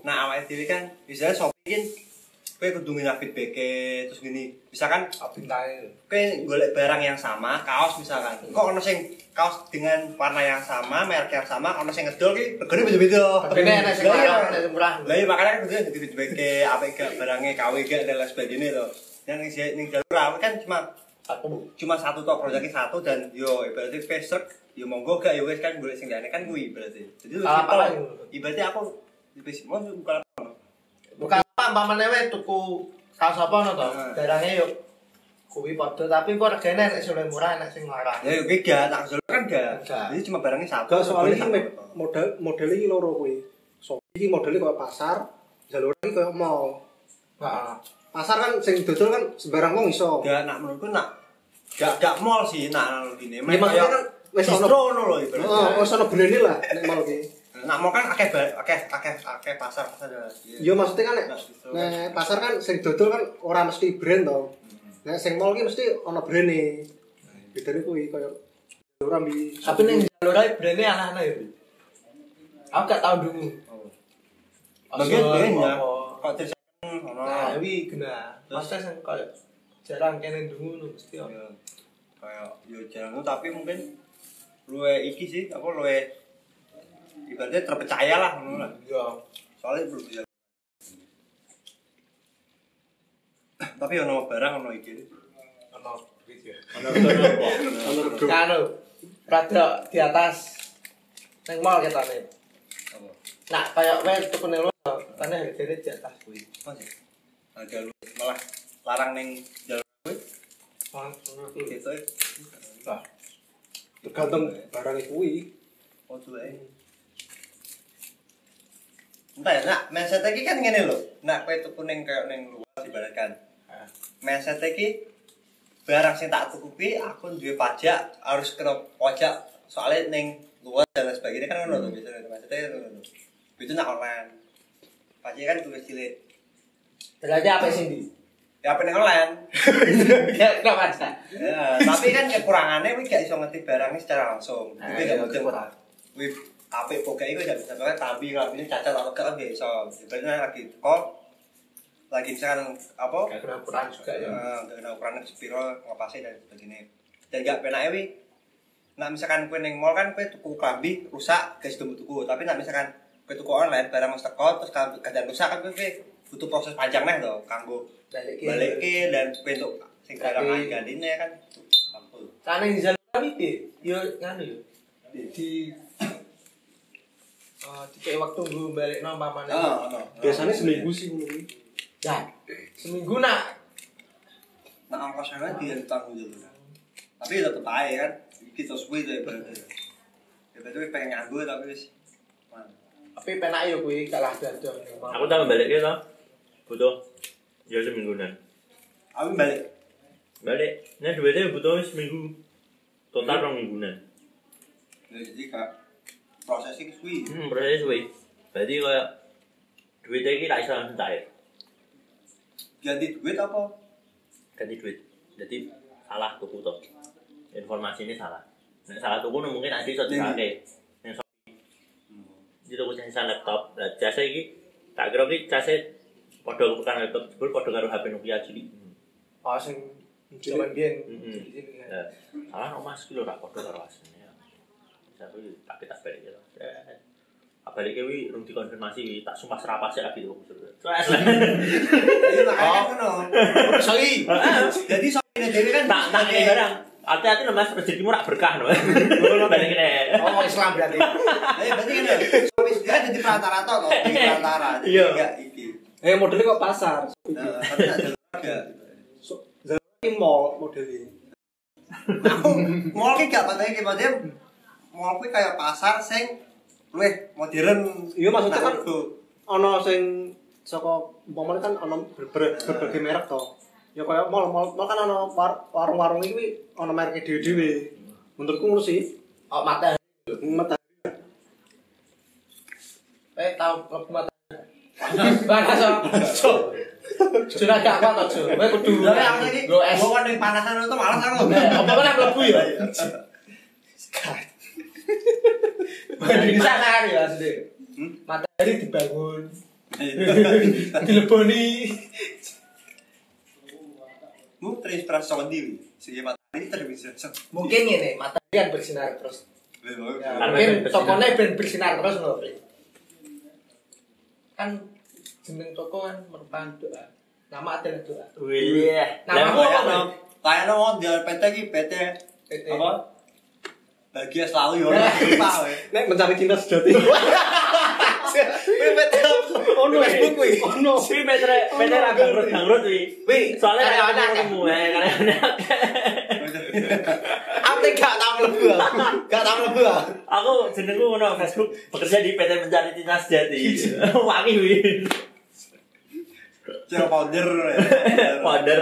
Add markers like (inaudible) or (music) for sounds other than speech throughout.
Nah, misalnya Shopee kan kowe kudu ngina feedback terus gini misalkan Abintai. kowe golek barang yang sama kaos misalkan kok ono sing kaos dengan warna yang sama merek yang sama ono sing ngedol ki regane beda-beda Regane enak sing Lah iya. mahal, enak sing murah. lah iya makanya kan kudu jadi feedback apa gak barangnya KW gak dan lain sebagainya to yang ning ning jalur awal kan cuma Satu. cuma satu tok produknya satu dan yo ibaratnya Facebook yo monggo gak yo wes kan boleh sing liane kan kuwi berarti jadi lu Kalah simpel apa yo? ibaratnya aku lebih simpel bukan Bukan apa umpamane wae tuku kaos apa ngono to. Heeh. Darangnya yo kuwi padha tapi kok regane enak sing luwih murah enak sing larang. ya yo kuwi gak tak jalur kan gak Gak. jadi cuma barangnya satu Gak soal regane ini satu. model model ini loro kuwi. So iki modelnya kayak pasar, jalur ini kayak mall. Heeh. Pasar kan sing dodol kan sembarang wong iso. gak nak menurutku nak gak gak mall sih nak analogi ini Ya, maksudnya kan wes ono- distro ono lho ibaratnya Heeh, oh, iso brand lah nek mall iki. nak mall kan akeh ba- akeh akeh akeh pasar pasar ada. Yo maksudnya kan nek Nah, distro kan. nek pasar kan sing dodol kan ora mesti brand to. Nek sing mall iki mesti ono brand-e. Bedane kuwi kayak ora mbi. Tapi ning jalur ae brene anak-anak yo. Aku gak tau dungu. Oh. Asul, bagian ya. bedanya apa. kok terus ono Nah, kuwi gena. Maksudnya sing koyo jarang kene dungu ngono mesti ono. iya. Ya, kayak yo jarang tuh, tapi mungkin luwe iki sih apa luwe ibaratnya terpercaya lah ngono lah Yo. soalnya belum bisa tapi ono barang ono iki Ono gitu. ono apa ono Kanu, rada di atas neng mall ketane. apa Nah, kayak wae tuku neng mall, ketane hargane di atas kuwi. Mas, harga lu malah larang neng jalan gue Nah, gitu ya Tergantung barang kuwi. oh tuh ya entah ya nak mindset iki kan gini loh nak kue tuku neng kayak neng luar ibaratkan mindset iki barang sing tak tukupi aku duwe pajak harus kena pajak soalnya neng luar dan lain sebagainya kan ngono tuh biasanya mindsetnya ngono tuh itu nak online pajak kan tulis cilik berarti apa sih di? ya apa neng online Ya, nggak baca. Ya, tapi kan kekurangannya wih gak iso ngerti barangnya secara langsung. Nah, Tapi gak iya, mungkin kurang. wih apa pokoknya itu gak bisa banget tapi kalau ini cacat atau gak gak iso. Sebenarnya lagi kok lagi misalkan apa? Kurang-kurang juga ya. Eh, Gak kena ukurannya sepiro ngapasi dan sebagainya. Dan gak penak wih. Nah misalkan kue neng mall kan kue tuku klambi rusak guys tuku tuku. Tapi nah misalkan kue tuku online barang mesti teko terus klambi keadaan rusak kan kue- kue butuh proses panjang nih loh kanggo Balik ke. balik ke dan bentuk sing barang Tapi- lain gantinya kan ampun Karena di jalur kami di, yo nganu yo. Di eh di waktu gue balik nol mama Biasanya seminggu sih ngono kuwi. Ya, seminggu nak. nah ongkos hewan dia ditanggung dulu tapi tetep aja kan kita suwe tuh ya berarti ya berarti pengen nganggur tapi wis Man. Tapi penak yo kuwi kalah dadang neng mall. Aku tak balik ya tau. Butuh. Ya semingguan. aku balik Balik. Nah duitnya butuh seminggu. Total rong mingguan. Ya, jadi kak proses ini suwi Hmm, proses suwe. Berarti kayak duitnya iki tak iso langsung tak ya? air. ganti duit apa ganti duit. Jadi salah tuku to. Informasi ini salah. Nek salah tuku no mungkin nanti iso disalahke. Nek so iki tuku jasa laptop. Lah jasa iki tak kira iki jasa padha bukan laptop jebul padha karo HP Nokia cilik. Oh, sing jaman biyen. Mm-mm. (laughs) Lah, salah no Mas iki lho rak padha karo asline. Jasa iki tak kita balik ya. Balik kuwi rung dikonfirmasi kuwi tak sumpah serapas ya lagi tuku. Terus jadi makanya kan kono Sorry. jadi soalnya dewi kan tak tak ini barang. Hati-hati no Mas rezekimu rak berkah no. Balik kene. Oh, mau Islam berarti. ya berarti kan suami dia jadi perantara toh toh jadi perantara jadi Iya. enggak iki Eh modelnya kok pasar. Nah, tapi tak ada keluarga. So, jalur iki mall modelnya. aku mall ki gak patah iki maksudnya mall ki kayak pasar sing luwih modern Iya, maksudnya kan- Nah, ono sing saka umpamane kan ono ber- ber- berbagai merek to. Ya kaya mall mall, mall kan ono war- warung-warung iki kuwi ono merek dhewe-dhewe. Menurutku ngono sih. Oh, mata. Mata Eh, tahu klub mata. (laughs) Panas so. (laughs) So. Sudah gak kuat to, Gue kudu. tapi aku lagi Go es. gua kan yang panasan itu malas aku Eh, Apa kan mlebu ya? Di sana kan ya asli. Hmm? ya, Hmm? Matahari dibangun. Nah, dileboni Mu terinspirasi sama Dewi. Segi matahari terinspirasi. mungkin ini matahari kan bersinar terus Ya, Betul. Karena mungkin ben bersinar. tokonya ben bersinar terus lho Pri. kan jeneng toko kan merupakan doa nama adalah doa Wih, Nama nama apa, apa? Bang? Kayak no di PT ki PT PT. Eh. apa? Bahagia selalu ya (laughs) orang lupa we. Nek mencari cinta (laughs) sejati. PT Ono Wih. Facebook kuwi. Ono. Wih, Petra, Petra Oh, agak ngerti. berdangrut, wih. Wih, soalnya karyawan karyawan akeh. ketemu, eh, karyawan akeh. Ate gak tau mlebu. ah. Gak tau mlebu. ah. Aku jenengku ngono Facebook bekerja di PT Pencari Cinta Sejati. Wangi, wih. Cero founder. we. (laughs) Founder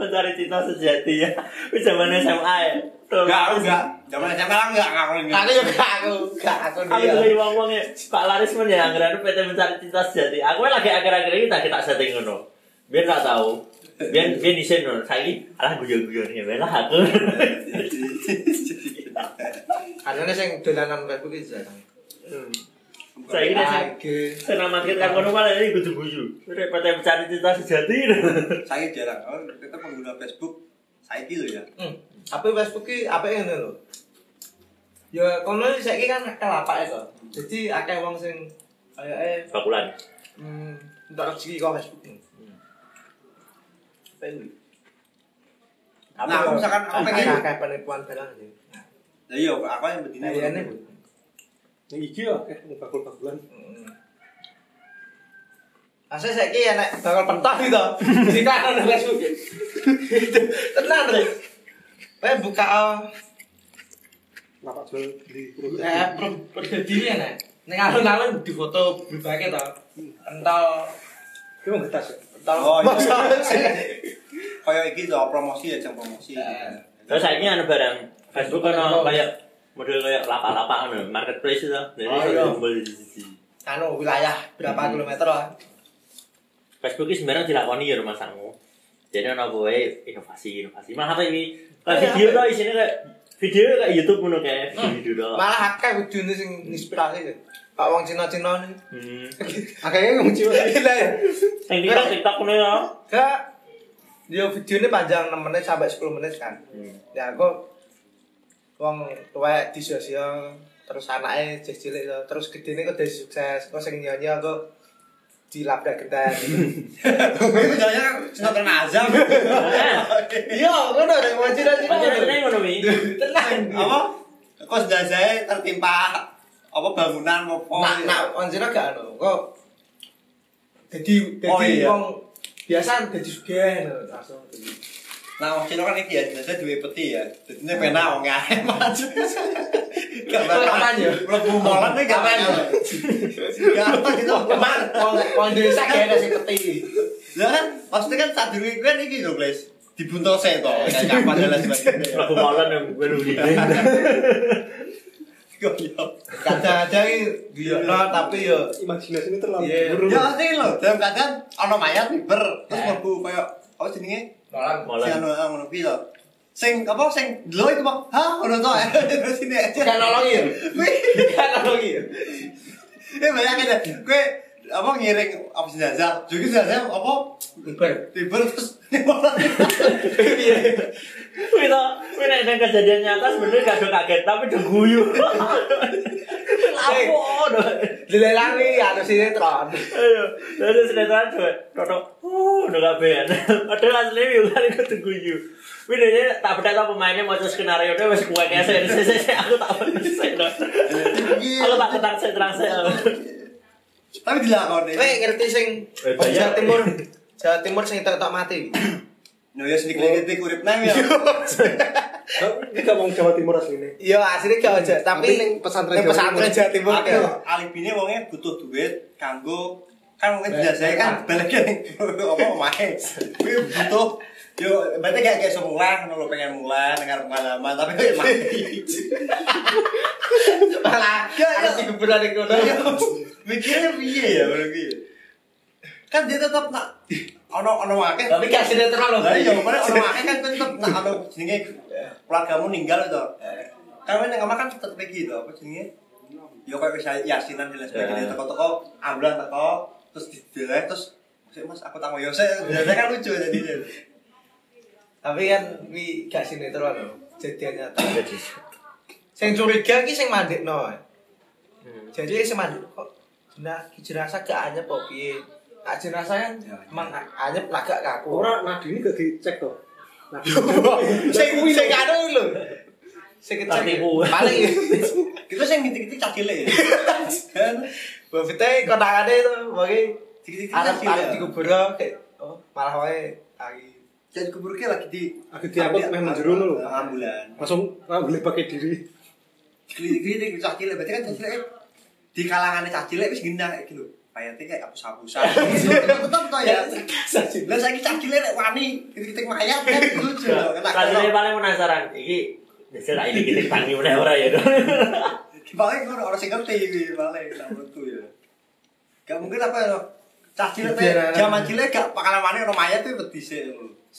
Pencari Cinta Sejati ya. Wih, zaman SMA ya. Tuh. Enggak, aku enggak. Zaman SMA kan enggak ngakuin. aku juga gak aku gak aku Aku juga iwang wong Pak Larismen ya anggaran PT mencari cinta sejati. Aku lagi akhir-akhir ini tak tak setting ngono. Biar tak tahu. Biar biar isin ngono. Saiki alah guyon-guyon ya lah aku. (laughs) Adanya sing dolanan Facebook iki jarang. Hmm. Saiki nek sing- Age. sing nang market kan ngono malah ini kudu guyu. Rek PT mencari cinta (laughs) sejati. Saya jarang. Oh, Kita pengguna Facebook saya gitu ya. Hmm. Apa Facebook iki apike ngene lho. Ya kono iki saiki kan akeh lapak to. Jadi akeh wong sing kayake Bakulan. hmm entar rezeki kok Facebook. Hmm. Facebook. Nah, aku misalkan aku pengen akeh penipuan barang sih. Ya iya, aku yang bedine. Nah, liyane Bu. Ning iki ya akeh wong bakul-bakulan. Heeh. Asa saiki enak bakal pentas iki (laughs) to. Ditaruh nang Facebook. (laughs) Tenan lho. Wae buka oh, Lapak jual beli kerupuk. eh per- berdiri enak. Ning alun-alun di foto berbagai to. Entol Ki wong getas ya. entol. Oh, iya. sih. Kayak iki lho promosi ya, jam promosi. Iya. Terus saiki ana barang Facebook kan kayak model kayak lapak-lapak ngono, marketplace itu. Jadi Oh, iya. satu tombol di sisi. Anu wilayah berapa Hmm. kilometer lah. Facebook ini sebenarnya dilakoni ya rumah sangu. Jadi ana boe inovasi inovasi. Malah apa ini? Kayak video tuh isinya kayak video kayak YouTube ngono kayak video video tuh. Malah akeh kudune sing inspirasi gitu. Pak wong Cina-Cina nih. Hmm. Akeh ngomong jiwa. Gila ya. Yang TikTok TikTok ngono ya. Kak, dia videonya panjang 6 menit sampai 10 menit kan. Hmm. Ya aku wong tuwek di sosial terus anaknya jas cilik to, terus gedene kok dadi sukses. Kok sing nyanyi aku dilabrak genten. Itu jalannya kan senok kena azam. Iya, ngono rek wajib ra sing Macam-macam ngono wi. Tenang. (laughs) Apa? Kok sedajae tertimpa apa bangunan apa? ya? Nak nak onjira gak ono. Kok dadi Oh, dadi iya. wong biasa dadi sugih lho, langsung. Nah, wong Cina kan iki ya biasa duwe peti ya. (laughs) Dadine penak wong akeh maju. Gak Kapan (laughs) ya? Mlebu molan iki gak Kapan apa ya? Gak apa gitu. Kemang wong wong desa kene sing peti. Lah kan maksudnya kan sadurunge kuwi kan iki lho, Guys. Dibuntose to, kayak kapan dan lain sebagainya. Aku malah yang gue lu di. Goyok. Kadang-kadang yo tapi yo Imajinasi ini terlalu Iya. buruk. Ya asli lho, dalam keadaan ana mayat miber terus mlebu koyo apa jenenge? malah Sing Malah. anu ah, ngono kuwi lho. Sing apa sing delo iku mah, ha ngono to. (laughs) Terus ini aja. Bukan nolongi ya? Wih, Bukan nolongi ya? ini banyak aja. Kowe apa ngiring apa jenazah? Juga jenazah apa Bukan tiber terus nyemolan. Wih to, wih nek nek kejadian nyata sebenarnya gak ada kaget tapi udah guyu. Lapo doh. Dilelangi atau anu sinetron Ayo, dari sinetron tuh, toto, uh, udah kabean. (laughs) Padahal asli yuk kali gue tunggu yuk. Bedanya tak beda tau pemainnya mau skenario dia masih kuat ya saya, (laughs) saya, saya, aku tak peduli saya. no. Aku tak ketang saya terang saya. no. Tapi dilakoni. Kowe ngerti sing Eh, wong Jawa bayar. Timur Jawa Timur sing tetok mati Yo yo sedikit-sedikit urip nang ya. Ini gak wong Jawa Timur asli ini. Iya aslinya Jawa Jawa Tapi Tapi ning ning pesantren ning Jawa pesantren Timur. Jawa Timur Aku ya. alibine wonge butuh duit kanggo kan mungkin Ba- jenazahnya kan balik (laughs) apa omahe. Kuwi butuh yo berarti kayak kayak semula ngono lho, pengen mulai dengar pengalaman tapi kok ya mati. Malah Ya, ya. harus dikuburan iku no. Yo, Mikirnya piye ya ngono kuwi. Kan dia tetap nak ono ono akeh Tapi gak sinetron loh Lah iya, kemarin orang akeh kan tetep (laughs) nak anu jenenge keluargamu ninggal itu. Kan nek kamar kan tetep Eh. iki to, apa jenenge? Ya koyo wis yasinan dan lain sebagainya teko-teko amblan teko terus didelay terus maksudnya mas aku tak mau yose biasanya kan lucu jadi Tapi kan wi gak sinetron lho. Jadian nyata. Jadi. Sing curiga ki sing mandekno. Hmm. Jadi sing mandek kok jenah ki jenazah gak anyep kok piye. Nah, jenazah kan Ya, emang anyep lah gak kaku. Ora Nadine gak dicek to. Nah, (laughs) sing sing anu lho. Sing Tak kecil. tipu. Paling (laughs) kita sih ngintip-ngintip cah cilik ya kan bobete konangane itu bagi Dikit-dikit cah arep arep cilik dikubur kayak oh malah wae ah, lagi. jadi keburuknya lagi di Lagi diangkut meh menjeru lho. ambulan langsung ngambil pakai diri. dikritik cah cilik berarti kan cah cilik di kalangan cah cilik wis gendah iki lho Kayaknya kayak aku sabusan tetep to ya lah saiki cah cilik nek wani kritik mayat kan lucu lho kena Kalau ini paling penasaran, iki Biasa tak ini kita tangi meneh ora ya dong. (laughs) paling ora orang sing ngerti iki paling tak menurutku ya gak mungkin apa ya cah cilik teh, Biar- zaman cilik gak bakalan wani orang mayat itu pedis ya lho